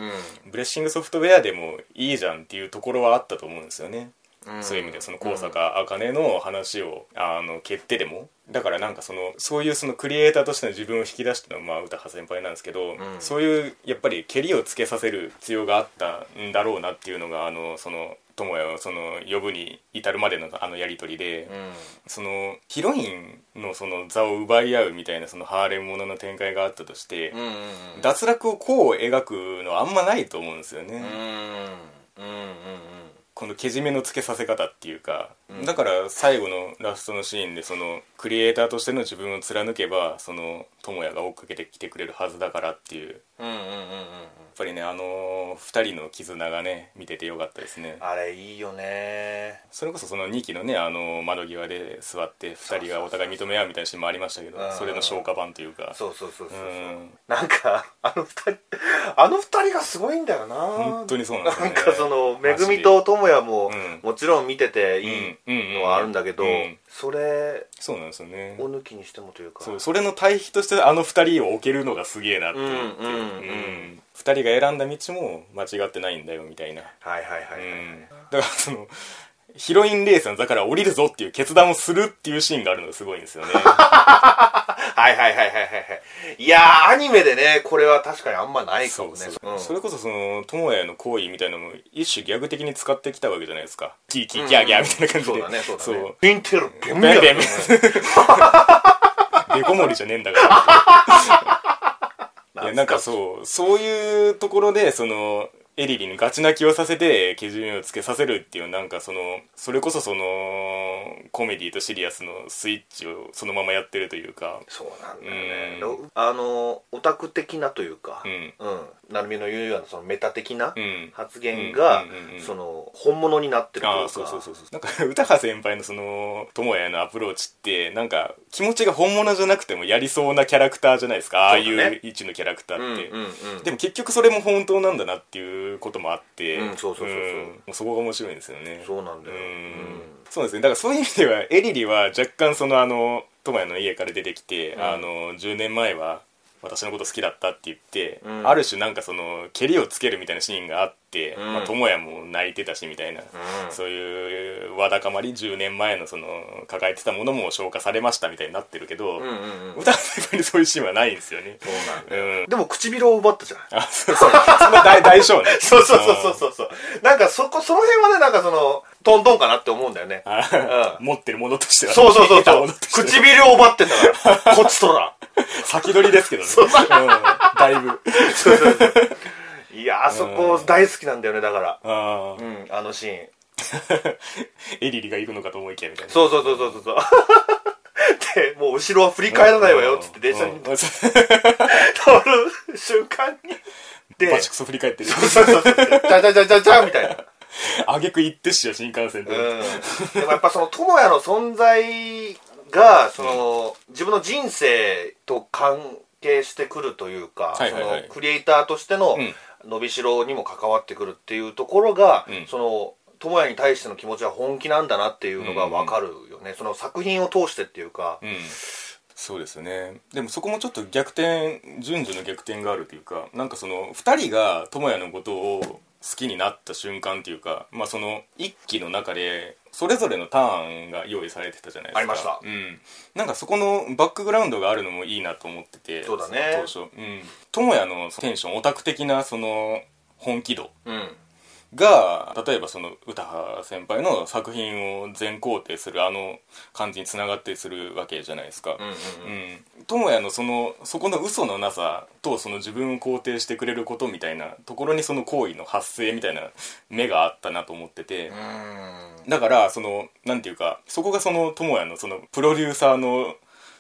Speaker 1: ブレッシングソフトウェアでもいいじゃんっていうところはあったと思うんですよね、
Speaker 2: うん
Speaker 1: そういう意味でその高坂茜の話を、あの決定でもだからなんかそのそういうそのクリエイターとしての自分を引き出したのはまあ歌羽先輩なんですけど、そういうやっぱりけりをつけさせる必要があったんだろうなっていうのがあのその智也をその呼ぶに至るまでのあのやり取りで、
Speaker 2: うん
Speaker 1: そのヒロインのその座を奪い合うみたいなそのハーレムものの展開があったとして、
Speaker 2: うんうんうん
Speaker 1: 脱落をこう描くのはあんまないと思うんですよね。
Speaker 2: うんうんうんうん
Speaker 1: このけじめのつけさせ方っていうか、
Speaker 2: うん
Speaker 1: だから最後のラストのシーンでそのクリエイターとしての自分を貫けばその智也が追っかけてきてくれるはずだからっていうやっ
Speaker 2: うんうんうんうんうん
Speaker 1: ぱりねあの2人の絆がね見ててよかったですね
Speaker 2: あれいいよね
Speaker 1: それこそその2期のねあの窓際で座って2人がお互い認め合うみたいなシーンもありましたけど
Speaker 2: うん
Speaker 1: それの消化版というか
Speaker 2: そうそうそうそ
Speaker 1: う
Speaker 2: うそうんなんかあの二人あの二人がすごいんだよな
Speaker 1: 本当にそうなんですよ
Speaker 2: な
Speaker 1: ね
Speaker 2: んかそのめ
Speaker 1: マジ
Speaker 2: ぐ
Speaker 1: で
Speaker 2: みとともやも
Speaker 1: うん
Speaker 2: もちろん見ててい
Speaker 1: うんうん
Speaker 2: いのはあるんだけど
Speaker 1: うん
Speaker 2: それ
Speaker 1: そうなんですよね
Speaker 2: を抜きにしてもというか
Speaker 1: そうそれの対比としてあの二人を置けるのがすげえなって思って
Speaker 2: うんうんうん
Speaker 1: うん二人が選んだ道も間違ってないんだよみたいな、
Speaker 2: はいはいは
Speaker 1: う
Speaker 2: いはい
Speaker 1: ん、だからそのヒロインレースの座から降りるぞっていう決断をするっていうシーンがあるのがすごいんです よね
Speaker 2: はいはいはいはいはいはいいやーアニメでねこれは確かにあんまないか
Speaker 1: そ
Speaker 2: も
Speaker 1: う
Speaker 2: ね
Speaker 1: そう、
Speaker 2: うん
Speaker 1: それこそその友也の行為みたいなのも一種ギャグ的に使ってきたわけじゃないですかキーキーギャーギャーみたいな感じで、
Speaker 2: そうだねそうだ
Speaker 1: そう
Speaker 2: ねピンテルピン
Speaker 1: ベンベ
Speaker 2: テ
Speaker 1: ン
Speaker 2: ル
Speaker 1: デコ盛りじゃねえんだから。いやなんかそうそういうところでそのエリリにガチ泣きをさせてけじめをつけさせるっていうなんかそのそれこそそのコメディとシリアスのスイッチをそのままやってるというか
Speaker 2: そうなんだよね、
Speaker 1: う
Speaker 2: あのオタク的なというか
Speaker 1: う、ん
Speaker 2: うん成美の言うようなそのメタ的な
Speaker 1: うん
Speaker 2: 発言が、
Speaker 1: うんうんうんうん
Speaker 2: その本物になってるという
Speaker 1: ああ
Speaker 2: か
Speaker 1: そうそうそうそうなんか歌羽先輩のその友也へのアプローチってなんか気持ちが本物じゃなくてもやりそうなキャラクターじゃないですかああい
Speaker 2: そうだね
Speaker 1: う位置のキャラクターって、
Speaker 2: うんうんうん
Speaker 1: でも結局それも本当なんだなっていうることもあって、
Speaker 2: うんそうそうそうそうん
Speaker 1: もうそこが面白いんですよね
Speaker 2: そうなんだよ、
Speaker 1: う
Speaker 2: うんん
Speaker 1: そうですねだからそういう意味ではエリリは若干そのあのトマヤの家から出てきて、
Speaker 2: うん
Speaker 1: あの10年前は私のこと好きだったって言って、
Speaker 2: うん
Speaker 1: ある種なんかその蹴りをつけるみたいなシーンがあって、
Speaker 2: うん
Speaker 1: まあ、智也も泣いてたしみたいな、
Speaker 2: うん
Speaker 1: そういうわだかまり10年前のその抱えてたものも消化されましたみたいになってるけど、
Speaker 2: うんうんうん
Speaker 1: 歌の中にそういうシーンはないんですよね
Speaker 2: そうなんだ
Speaker 1: う
Speaker 2: よ
Speaker 1: ん
Speaker 2: でも唇を奪ったじゃない
Speaker 1: あそうそうその大大将 ね
Speaker 2: そうそうそうそうそうそうなんかそこその辺はねなんかそのトントンかなって思うんだよね
Speaker 1: あ
Speaker 2: うん
Speaker 1: 持ってるものとしては
Speaker 2: そうそうそ
Speaker 1: 得
Speaker 2: う
Speaker 1: た
Speaker 2: そ
Speaker 1: も
Speaker 2: う
Speaker 1: のとしては
Speaker 2: 唇を奪ってんだからこっちとら
Speaker 1: 先取りですけどね
Speaker 2: そうそ
Speaker 1: うんだいぶ
Speaker 2: そうそうそう いやあそこ大好きなんだよねだから
Speaker 1: あ
Speaker 2: う
Speaker 1: ー
Speaker 2: んあのシーン
Speaker 1: エリリが行くのかと思いきやみたいな
Speaker 2: そうそうそうそうそうそう でもう後ろは振り返らないわよっつって電車に
Speaker 1: うんうん
Speaker 2: 乗る瞬間にで
Speaker 1: バチクソ振り返ってる
Speaker 2: そうそうそうそうじゃじゃじゃじゃじゃみたいな
Speaker 1: あげく行ってっしよ新幹線で、
Speaker 2: うんでもやっぱその友也の存在がその、自分の人生と関係してくるというか、
Speaker 1: はいはいはい
Speaker 2: そのクリエイターとしての
Speaker 1: うん
Speaker 2: 伸びしろにも関わってくるっていうところが、
Speaker 1: うん
Speaker 2: その友也に対しての気持ちは本気なんだなっていうのが分かるよね、その作品を通してっていうか、
Speaker 1: うんそうですねでもそこもちょっと逆転順序の逆転があるというかなんかその2人が智也のことを好きになった瞬間というかまあその一期の中でそれぞれのターンが用意されてたじゃないですか
Speaker 2: ありました
Speaker 1: うん、なんかそこのバックグラウンドがあるのもいいなと思ってて
Speaker 2: そうだね
Speaker 1: その当初うん智也のテンションオタク的なその本気度
Speaker 2: うん
Speaker 1: が例えばその歌羽先輩の作品を全肯定するあの感じにつながってするわけじゃないですか、
Speaker 2: うんうん
Speaker 1: うん、智也のそのそこの嘘のなさとその自分を肯定してくれることみたいなところにその行為の発生みたいな目があったなと思ってて、だからそのなんていうかそこがその智也のそのプロデューサーの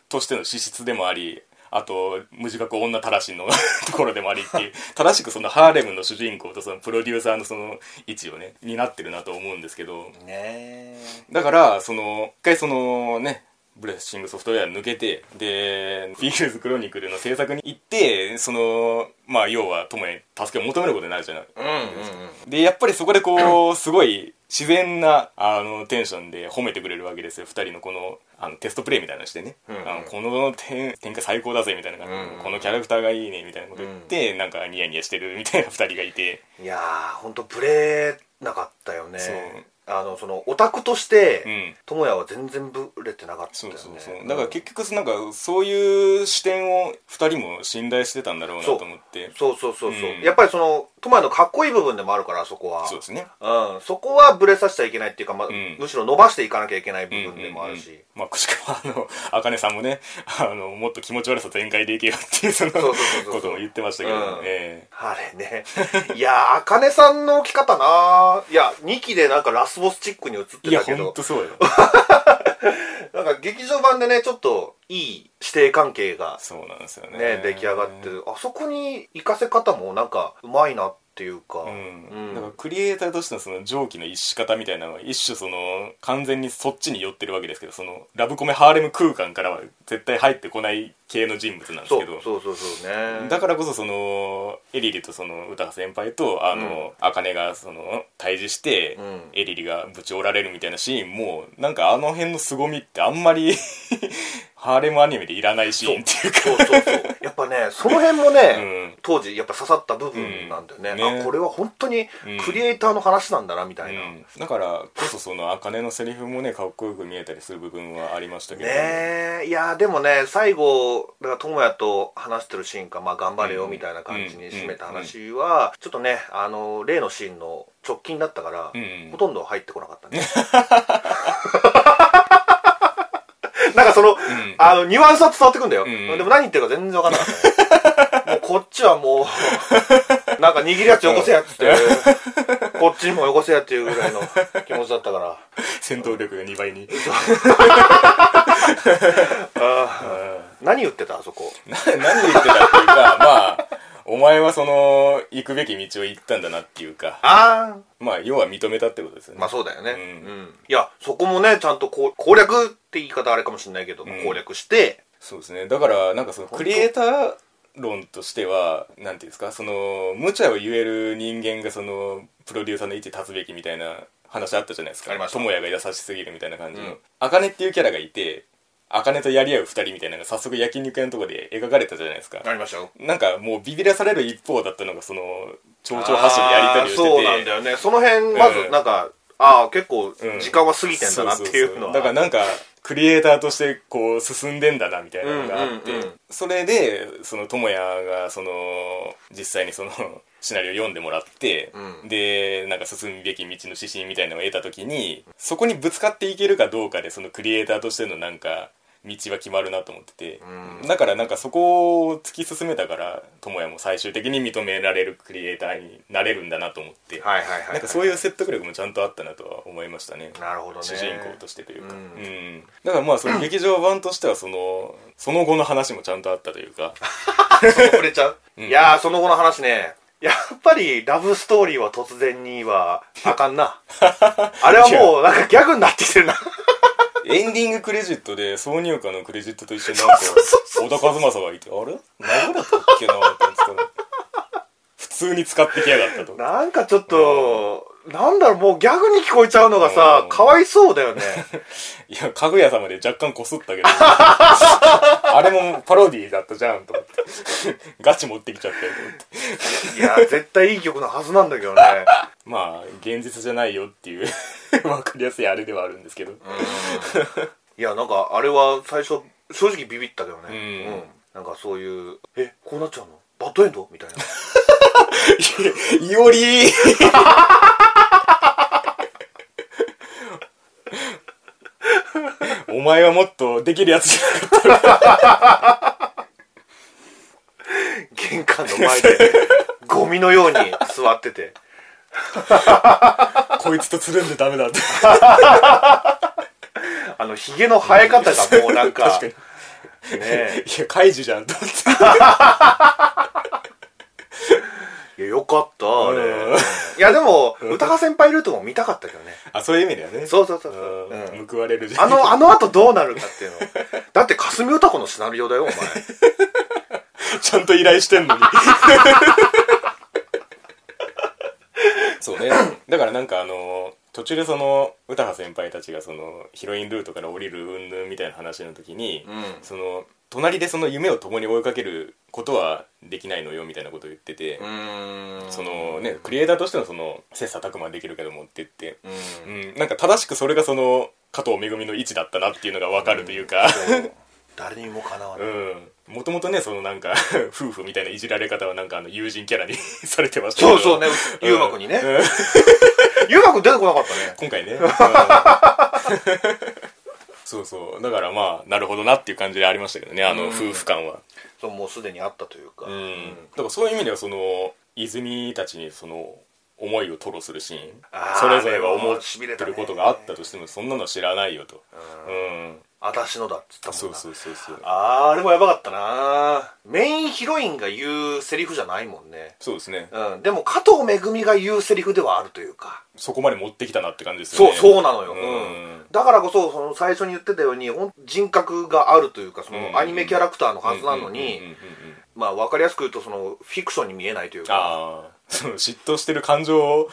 Speaker 1: としての資質でもありあと無自覚女たらしの ところでもありっていう正しくそのハーレムの主人公とそのプロデューサーのその位置をねになってるなと思うんですけど
Speaker 2: うんねえ
Speaker 1: だからその一回そのねブレッシングソフトウェア抜けてでフィールズクロニクルの制作に行ってそのまあ要は友也に助けを求めることになるじゃない
Speaker 2: うんうんうん
Speaker 1: でやっぱりそこでこうすごい自然なあのテンションで褒めてくれるわけですよ2人のこのあのテストプレイみたいなのしてね、
Speaker 2: うんうん
Speaker 1: あのこの展展開最高だぜみたいな感じで、
Speaker 2: うんうん
Speaker 1: このキャラクターがいいねみたいなこと言って、なんかニヤニヤしてるみたいな2人がいて
Speaker 2: いやーほんとブレなかったよね
Speaker 1: そう
Speaker 2: あのそのオタクとして、
Speaker 1: うん
Speaker 2: 智也は全然ブレてなかった
Speaker 1: そ
Speaker 2: よ
Speaker 1: う
Speaker 2: ね
Speaker 1: そうそう、だから結局なんかそういう視点を2人も信頼してたんだろうなと思って
Speaker 2: そうそうそうそう、
Speaker 1: うん
Speaker 2: やっぱりその智也のかっこいい部分でもあるからそこは
Speaker 1: そうですね
Speaker 2: うん、そこはブレさせちゃいけないっていうか、ま
Speaker 1: ん
Speaker 2: むしろ伸ばしていかなきゃいけない部分でもあるし、
Speaker 1: うんうんうんまあくしくもあの 茜さんもねあのもっと気持ち悪さ全開でいけよっていうその
Speaker 2: そうそうそうそう
Speaker 1: ことも言ってましたけど、
Speaker 2: うん
Speaker 1: ええ
Speaker 2: あれね いやあかねさんの置き方ないや2期でなんかラスボスチックに映って
Speaker 1: いや
Speaker 2: たけ
Speaker 1: ほん
Speaker 2: ど
Speaker 1: とそうよ
Speaker 2: なんか劇場版でねちょっといい師弟関係が
Speaker 1: そうなんですよね
Speaker 2: ね出来上がってるあそこに行かせ方もなんかうまいなっていうか、
Speaker 1: うん、
Speaker 2: うん
Speaker 1: だからクリエイターとしてのその蒸気の逸し方みたいなのは一種その完全にそっちに寄ってるわけですけどそのラブコメハーレム空間からは絶対入ってこない系の人物なんです
Speaker 2: そ
Speaker 1: け
Speaker 2: う
Speaker 1: ど
Speaker 2: そうそうそうね
Speaker 1: だからこそそのエリリとその歌先輩とあの、茜がその対峙して、
Speaker 2: うん
Speaker 1: エリリがぶち折られるみたいなシーンもなんかあの辺の凄みってあんまり ハーレムアニメでいらないシーンっていうか
Speaker 2: そうそうそう やっぱねその辺もね、
Speaker 1: うん
Speaker 2: 当時やっぱ刺さった部分なんだよね,、
Speaker 1: うんね
Speaker 2: あこれは本当に
Speaker 1: うん
Speaker 2: クリエイターの話なんだなみたいな、
Speaker 1: うんだからこそその茜のセリフもねかっこよく見えたりする部分はありましたけど
Speaker 2: ねえいやでもね最後だから智也と話してるシーンか、まあ、頑張れよ
Speaker 1: うん
Speaker 2: みたいな感じに締めた
Speaker 1: うん
Speaker 2: 話はちょっとねあの例のシーンの直近だったから、
Speaker 1: うん
Speaker 2: ほとんど入ってこなかったね なんかその、あのニュアンスは伝わってくんだよ、
Speaker 1: うん
Speaker 2: でも何言ってるか全然わからなか ったねもうこっちはもうなんか握りやつよこせやっつ ってこっちにもよこせやっていうぐらいの気持ちだったから
Speaker 1: 戦闘力が2倍に
Speaker 2: あー何言ってたあそこ
Speaker 1: な何言ってたっていうかまあお前はその行くべき道を行ったんだなっていうか
Speaker 2: ああ
Speaker 1: まあ要は認めたってことですよね、
Speaker 2: まあそうだよね、
Speaker 1: う
Speaker 2: うんんいやそこもねちゃんとこう攻略って言い方あれかもしれないけど、
Speaker 1: ん
Speaker 2: 攻略して
Speaker 1: そうですねだからなんかそのクリエイター論としてはなんていうんですかその無茶を言える人間がそのプロデューサーの位置に立つべきみたいな話あったじゃないですか
Speaker 2: ありました
Speaker 1: 智也が優しすぎるみたいな感じの、
Speaker 2: うん
Speaker 1: 茜っていうキャラがいて茜とやり合う二人みたいなのが早速焼肉屋のとこで描かれたじゃないですか
Speaker 2: ありましたよ
Speaker 1: なんかもうビビらされる一方だったのがその蝶々発信でやり取りをしてて
Speaker 2: あーそうなんだよねその辺まずなんか、ああ結構時間は過ぎてんだなっていうのは
Speaker 1: だからなんかクリエイターとしてこう進んでんだなみたいなのがあって、
Speaker 2: うんうんうん
Speaker 1: それでその智也がその実際にそのシナリオ読んでもらって、
Speaker 2: うん
Speaker 1: でなんか進むべき道の指針みたいなのを得た時にそこにぶつかっていけるかどうかでそのクリエイターとしてのなんか道は決まるなと思ってて、
Speaker 2: うん
Speaker 1: だからなんかそこを突き進めたから智也も最終的に認められるクリエイターになれるんだなと思って、
Speaker 2: はいはいはいはい
Speaker 1: なんかそういう説得力もちゃんとあったなとは思いましたね。
Speaker 2: なるほどね
Speaker 1: 主人公としてというか、
Speaker 2: う
Speaker 1: うんんだからまあそ の劇場版としてはそのその後の話もちゃんとあったという か
Speaker 2: 触れちゃう、いやーその後の話ねやっぱりラブストーリーは突然にはあかん なあれはもうなんかギャグになってきてるな
Speaker 1: エンディングクレジットで挿入歌のクレジットと一緒になんか小田和正がいてあれ流れたっけなって言ってたら普通に使ってきやがったと
Speaker 2: なんかちょっと、なんだろうもうギャグに聞こえちゃうのがさ、
Speaker 1: うん
Speaker 2: かわいそうだよね
Speaker 1: いやかぐや様で若干こすったけど あれもパロディーだったじゃんと思って ガチ持ってきちゃったよと思って
Speaker 2: いや絶対いい曲のはずなんだけどね
Speaker 1: まあ現実じゃないよっていう わかりやすいあれではあるんですけど、
Speaker 2: いやなんかあれは最初正直ビビったけどね
Speaker 1: うん
Speaker 2: なんかそういうえこうなっちゃうのバッドエンドみたいな
Speaker 1: いおりお前はもっとできるやつじゃなかっ
Speaker 2: 玄関の前で ゴミのように座ってて
Speaker 1: たこいつとつるんでダメだって
Speaker 2: あのひげの生え方がもうなんか
Speaker 1: 確かに
Speaker 2: ねえ
Speaker 1: いやカイジじゃんと思って
Speaker 2: いやよかったあれ
Speaker 1: うん
Speaker 2: いやでも歌川先輩いるとも見たかったけどね
Speaker 1: あそういう意味だよね
Speaker 2: そうそうそう
Speaker 1: う
Speaker 2: そう、うん
Speaker 1: ん報われるじゃん
Speaker 2: あのあの後どうなるかっていうのだって霞歌子のシナリオだよお前
Speaker 1: ちゃんと依頼してんのにそうねだからなんかあの途中でその歌羽先輩たちがそのヒロインルートから降りる云々みたいな話の時に、
Speaker 2: う
Speaker 1: その隣でその夢を共に追いかけることはできないのよみたいなことを言ってて、
Speaker 2: ん
Speaker 1: そのねクリエイターとしてのその切磋琢磨できるけどもって言って、
Speaker 2: うん
Speaker 1: うん、なんか正しくそれがその加藤めぐみの位置だったなっていうのが分かるというか、
Speaker 2: そう誰にもかなわない
Speaker 1: うんもともとねそのなんか 夫婦みたいないじられ方はなんかあの友人キャラにされてましたけ
Speaker 2: そ
Speaker 1: ど
Speaker 2: うそうね、
Speaker 1: うん
Speaker 2: ゆうまくんにね。
Speaker 1: うん
Speaker 2: ゆうまくん出てこなかったね。
Speaker 1: 今回 ね、うん そうそうだからまあなるほどなっていう感じでありましたけどねあの夫婦感は、
Speaker 2: そう、もうすでにあったというか。
Speaker 1: うんだからそういう意味ではその泉たちにその思いを吐露するシーン
Speaker 2: あー
Speaker 1: それぞれが思っ
Speaker 2: 痺れ
Speaker 1: て
Speaker 2: たね
Speaker 1: ることがあったとしてもそんなの知らないよと、うん
Speaker 2: 私のだっつったもんな。
Speaker 1: そうそうそうそう
Speaker 2: あーあれもやばかったなメインヒロインが言うセリフじゃないもんね。
Speaker 1: そうですね
Speaker 2: うん。でも、加藤めぐみが言うセリフではあるというか。
Speaker 1: そこまで持ってきたなって感じですよ
Speaker 2: そう、
Speaker 1: ね
Speaker 2: そうなのよ。う
Speaker 1: うんん。
Speaker 2: だからこそ、その最初に言ってたように、ほん人格があるというか、そ
Speaker 1: うんうんう
Speaker 2: の
Speaker 1: ん
Speaker 2: アニメキャラクターのはずな
Speaker 1: う
Speaker 2: の
Speaker 1: んうん
Speaker 2: に、
Speaker 1: うんうんうん
Speaker 2: まあ、わかりやすく言うと、その、フィクションに見えないというか。
Speaker 1: ああその嫉妬してる感情を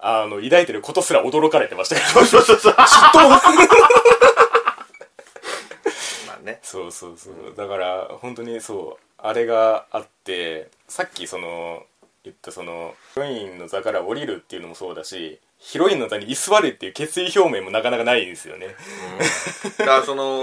Speaker 1: あの抱いてることすら驚かれてましたけど
Speaker 2: そうそうそう。
Speaker 1: 嫉妬
Speaker 2: まあね。
Speaker 1: そうそうそうだから本当にそうあれがあってさっきその言ったそのヒロインの座から降りるっていうのもそうだしヒロインの座に居座るっていう決意表明もなかなかないですよね
Speaker 2: だからその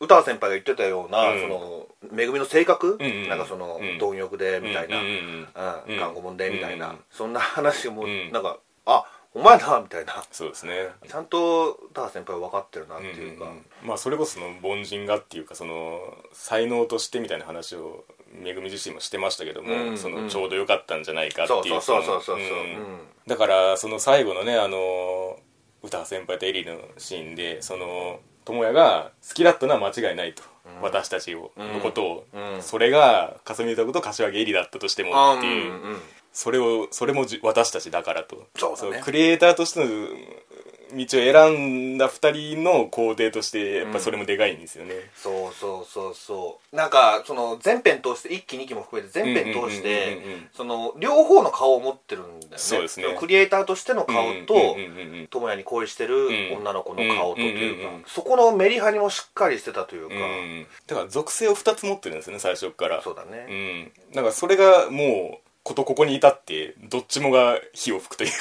Speaker 2: 歌川先輩が言ってたような、
Speaker 1: うん
Speaker 2: その恵みの性格、
Speaker 1: んうん
Speaker 2: なんかその、
Speaker 1: うん
Speaker 2: 貪欲でみたいな、
Speaker 1: う
Speaker 2: うんん
Speaker 1: うんうんうん
Speaker 2: 頑固者でみたいな、
Speaker 1: うん
Speaker 2: そんな話も、
Speaker 1: ん
Speaker 2: なんかあお前だみたいな
Speaker 1: そうですね
Speaker 2: ちゃんと歌川先輩は分かってるなっていうか、
Speaker 1: んんまあそれこそその凡人がっていうかその才能としてみたいな話をめぐみ自身もしてましたけども、
Speaker 2: うんうん
Speaker 1: そのちょうどよかったんじゃないかって
Speaker 2: そう
Speaker 1: い
Speaker 2: そううそうそうそうそう、
Speaker 1: のん
Speaker 2: うん
Speaker 1: だからその最後のねあの歌羽先輩とエリーのシーンでその智也が好きだったのは間違いないと、私たちを、のことを、
Speaker 2: うん
Speaker 1: それが霞歌子と柏木エリだったとして
Speaker 2: あ
Speaker 1: も
Speaker 2: ー
Speaker 1: っていう、
Speaker 2: うんうん
Speaker 1: それをそれもじ私たちだからと
Speaker 2: そうだね
Speaker 1: クリエイターとしての道を選んだ2人の工程としてやっぱそれもでかいんですよね、
Speaker 2: そうそうそうそうなんかその前編通して1期2期も含めて全編通し
Speaker 1: うんうんうんうんうん
Speaker 2: てその両方の顔を持ってるんだよね
Speaker 1: そうですね
Speaker 2: クリエイターとしての顔と
Speaker 1: うんうんうんうん
Speaker 2: 智也に恋してる女の子の顔とという
Speaker 1: うんうんうんうん
Speaker 2: かそこのメリハリもしっかりしてたというか、
Speaker 1: うんだから属性を2つ持ってるんですよね最初から
Speaker 2: そうだね、
Speaker 1: うんだからそれがもうことここに至ってどっちもが火を吹くというか、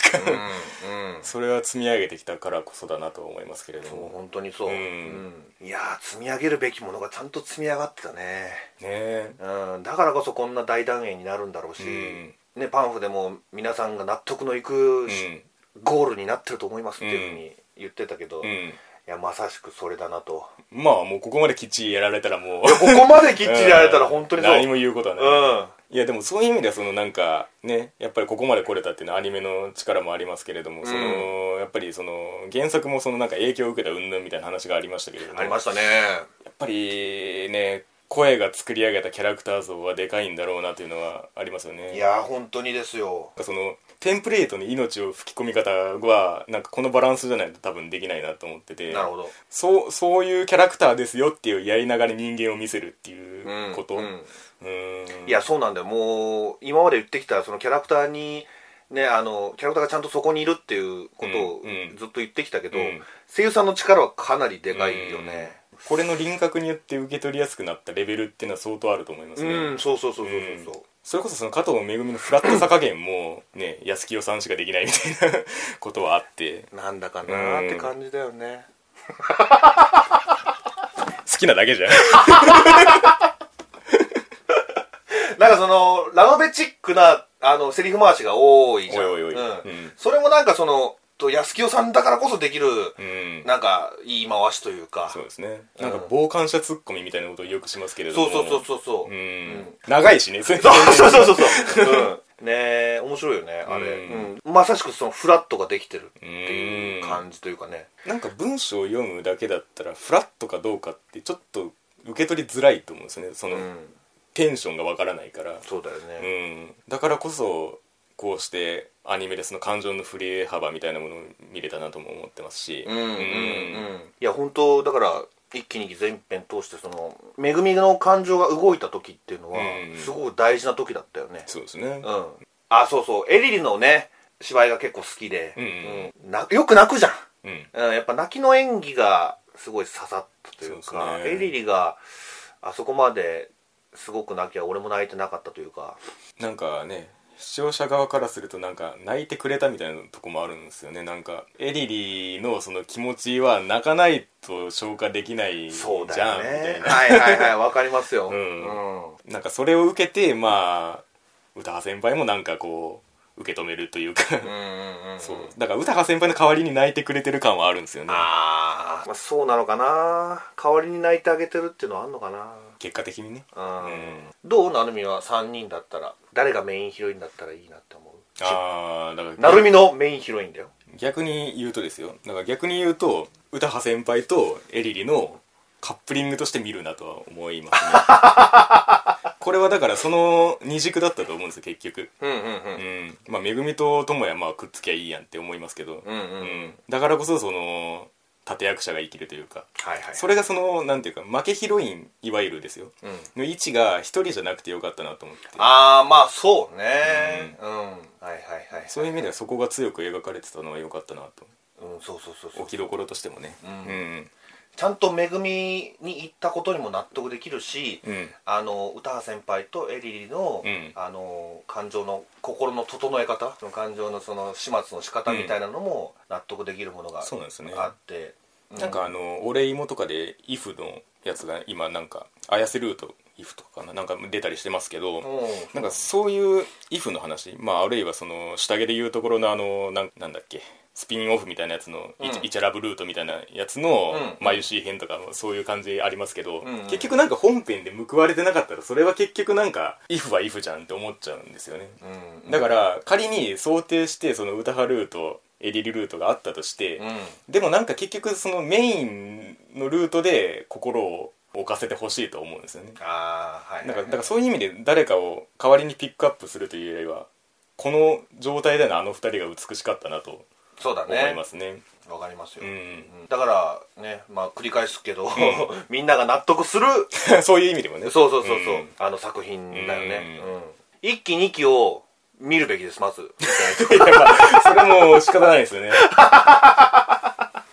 Speaker 2: うんうん
Speaker 1: それは積み上げてきたからこそだなと思いますけれど
Speaker 2: そう
Speaker 1: も
Speaker 2: 本当にそう、
Speaker 1: うん
Speaker 2: うんいやー積み上げるべきものがちゃんと積み上がってたね、
Speaker 1: ねえ
Speaker 2: うん、だからこそこんな大団円になるんだろうし、ね、パンフでも皆さんが納得のいく
Speaker 1: う
Speaker 2: し
Speaker 1: ん
Speaker 2: ゴールになってると思いますっていうふうに言ってたけど、
Speaker 1: う
Speaker 2: い
Speaker 1: ん
Speaker 2: やまさしくそれだなと
Speaker 1: まあもうここまできっちりやられたらもう
Speaker 2: ここまできっちりやられたら本当にそう、
Speaker 1: 何も言うことはない、
Speaker 2: うん
Speaker 1: いやでもそういう意味ではそのなんかねやっぱりここまで来れたっていうのはアニメの力もありますけれども、そのやっぱりその原作もそのなんか影響を受けた云々みたいな話がありましたけれども
Speaker 2: ありましたね
Speaker 1: やっぱりね声が作り上げたキャラクター像はでかいんだろうなというのはありますよね
Speaker 2: いやー本当にですよ
Speaker 1: そのテンプレートに命を吹き込み方はなんかこのバランスじゃないと多分できないなと思ってて
Speaker 2: なるほど
Speaker 1: そうそういうキャラクターですよっていうやりながら人間を見せるっていうこと、
Speaker 2: うん
Speaker 1: うん
Speaker 2: いやそうなんだよもう今まで言ってきたそのキャラクターにねあのキャラクターがちゃんとそこにいるっていうことを
Speaker 1: うんうん
Speaker 2: ずっと言ってきたけど、
Speaker 1: うん
Speaker 2: 声優さんの力はかなりでかいよね
Speaker 1: これの輪郭によって受け取りやすくなったレベルっていうのは相当あると思います
Speaker 2: うん、
Speaker 1: ね、
Speaker 2: そうそうそうそうそう
Speaker 1: うんそれこそその加藤めぐみのフラットさ加減もね安清さんしかできないみたいなことはあって
Speaker 2: そうなんだかなーって感じだよね、
Speaker 1: 好きなだけじゃん
Speaker 2: なんかそのラノベチックなあのセリフ回しが多いじゃん
Speaker 1: おいおいおい
Speaker 2: うん
Speaker 1: うん
Speaker 2: それもなんかそのと安清さんだからこそできる、
Speaker 1: うん
Speaker 2: なんか言い回しというか
Speaker 1: そうですねなんか傍観者ツッコミみたいなことをよくしますけれど
Speaker 2: そ
Speaker 1: も
Speaker 2: うそうそうそうそう、
Speaker 1: うん
Speaker 2: うん
Speaker 1: 長いしねそれ
Speaker 2: そうそうそうそうそう、うん、ねえ面白いよねあれ、
Speaker 1: うん
Speaker 2: うんまさしくそのフラットができてるっていう感じというかね
Speaker 1: なんか文章を読むだけだったらフラットかどうかってちょっと受け取りづらいと思うんですよねそ
Speaker 2: うん、
Speaker 1: の、テンションがわからないから
Speaker 2: そうだよ
Speaker 1: う
Speaker 2: ね、
Speaker 1: ん、だからこそこうしてアニメでその感情の振れ幅みたいなものを見れたなとも思ってますし、
Speaker 2: うん、うんうん
Speaker 1: うん
Speaker 2: いや本当だから一気に全編通してその恵みの感情が動いた時っていうのは
Speaker 1: うん
Speaker 2: すごく大事な時だったよね
Speaker 1: そうですね
Speaker 2: うん、あそうそうエリリのね芝居が結構好きで、
Speaker 1: う
Speaker 2: うんなよく泣くじゃん
Speaker 1: うん、
Speaker 2: うん、やっぱ泣きの演技がすごい刺さったという
Speaker 1: そう
Speaker 2: か
Speaker 1: ですね
Speaker 2: エリリがあそこまですごく泣きは俺も泣いてなかったというか
Speaker 1: なんかね視聴者側からするとなんか泣いてくれたみたいなとこもあるんですよねなんかエリリのその気持ちは泣かないと消化できないじゃん
Speaker 2: そう
Speaker 1: み
Speaker 2: だよ
Speaker 1: た
Speaker 2: ね
Speaker 1: いな、
Speaker 2: はいはいはいわかりますよ、
Speaker 1: う
Speaker 2: うんん
Speaker 1: なんかそれを受けてまあ歌羽先輩もなんかこう受け止めるというか、
Speaker 2: うんうんうん
Speaker 1: そうだから歌羽先輩の代わりに泣いてくれてる感はあるんですよね
Speaker 2: あー、まあそうなのかな代わりに泣いてあげてるっていうのはあんのかな
Speaker 1: 結果的にね
Speaker 2: うん、
Speaker 1: うん
Speaker 2: どうなるみは3人だったら誰がメインヒロインだったらいいなって思う
Speaker 1: ああだから
Speaker 2: なるみのメインヒロインだよ
Speaker 1: 逆に言うとですよだから逆に言うと歌羽先輩とエリリのカップリングとして見るなとは思います ねこれはだからその二軸だったと思うんですよ結局
Speaker 2: うんうんうん
Speaker 1: うんまあめぐみとともやまあくっつきゃいいやんって思いますけど、
Speaker 2: うんうん、
Speaker 1: う
Speaker 2: はい
Speaker 1: んだからこそその立役者が生きるというか
Speaker 2: はい
Speaker 1: それがそのなんていうか負けヒロインいわゆるですよ
Speaker 2: うん
Speaker 1: の位置が一人じゃなくてよかったなと思って
Speaker 2: ああまあそうねうん、はいはいはい
Speaker 1: そういう意味ではそこが強く描かれてたのは良かったなと
Speaker 2: うんそうそうそうそう
Speaker 1: 置きどころとしてもね
Speaker 2: うん
Speaker 1: うん
Speaker 2: ちゃんと恵みに行ったことにも納得できるし、
Speaker 1: うん
Speaker 2: あの歌羽先輩とエリリの,、
Speaker 1: うん
Speaker 2: あの感情の心の整え方その感情のその始末の仕方みたいなのも納得できるものが
Speaker 1: そうなんですね
Speaker 2: あって、う
Speaker 1: なんかあの「お礼芋」とかで「イフ」のやつが今なんか「綾瀬ルート」「イフ」とかかななんか出たりしてますけど、
Speaker 2: うん
Speaker 1: なんかそういう「イフ」の話、まあ、あるいはその下着で言うところのあのなんなんだっけスピンオフみたいなやつの、イチ
Speaker 2: うん
Speaker 1: イチャラブルートみたいなやつの
Speaker 2: うん
Speaker 1: 眉シー編とかもそういう感じありますけど、
Speaker 2: んうん
Speaker 1: 結局なんか本編で報われてなかったらそれは結局なんか「イフ」は「イフ」じゃんって思っちゃうんですよね。
Speaker 2: うん
Speaker 1: だから仮に想定してその歌派ルートエリリルートがあったとして、
Speaker 2: うん
Speaker 1: でもなんか結局そのメインのルートで心を置かせてほしいと思うんですよね
Speaker 2: ああはい
Speaker 1: なん
Speaker 2: はい
Speaker 1: かだからそういう意味で誰かを代わりにピックアップするというよりはこの状態でのあの二人が美しかったなと
Speaker 2: そうだ
Speaker 1: 思
Speaker 2: ね
Speaker 1: いますね
Speaker 2: わかりますよ、
Speaker 1: う
Speaker 2: うんだからねまあ繰り返すけど、 みんなが納得する
Speaker 1: ん そういう意味でもね
Speaker 2: そうそうそうそう、
Speaker 1: うん
Speaker 2: あの作品だよね、
Speaker 1: う
Speaker 2: うん一期二期を見るべきで すまず
Speaker 1: いやまあそれも仕方ないです よね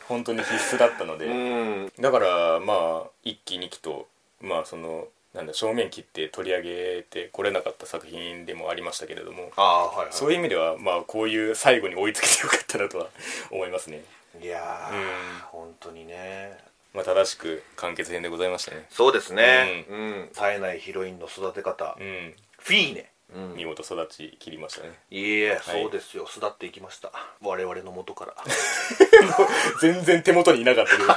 Speaker 1: 本当に必須だったので、
Speaker 2: うん
Speaker 1: だからまあ一期二期とまあそのなんだ正面切って取り上げてこれなかった作品でもありましたけれども
Speaker 2: ああはい、
Speaker 1: そういう意味ではまあこういう最後に追いつけてよかったなとは思いますね、
Speaker 2: い、いやー、
Speaker 1: うん
Speaker 2: 本当にね
Speaker 1: まあ、正しく完結編でございましたね
Speaker 2: そうですね、うん冴えないヒロインの育て方、
Speaker 1: うん
Speaker 2: フィーネ、うん
Speaker 1: 見事育ち切りましたね
Speaker 2: いいえ、
Speaker 1: はい
Speaker 2: そうですよ巣立っていきました我々の 元から
Speaker 1: 全然手元にいなかったけど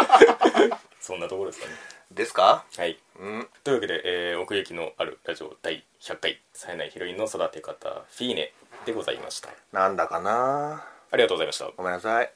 Speaker 1: そんなところですかね
Speaker 2: ですか
Speaker 1: はい
Speaker 2: うん
Speaker 1: というわけで、えー奥行きのあるラジオ第100回冴えないヒロインの育て方フィーネでございました
Speaker 2: なんだかな
Speaker 1: ありがとうございました
Speaker 2: ごめんなさい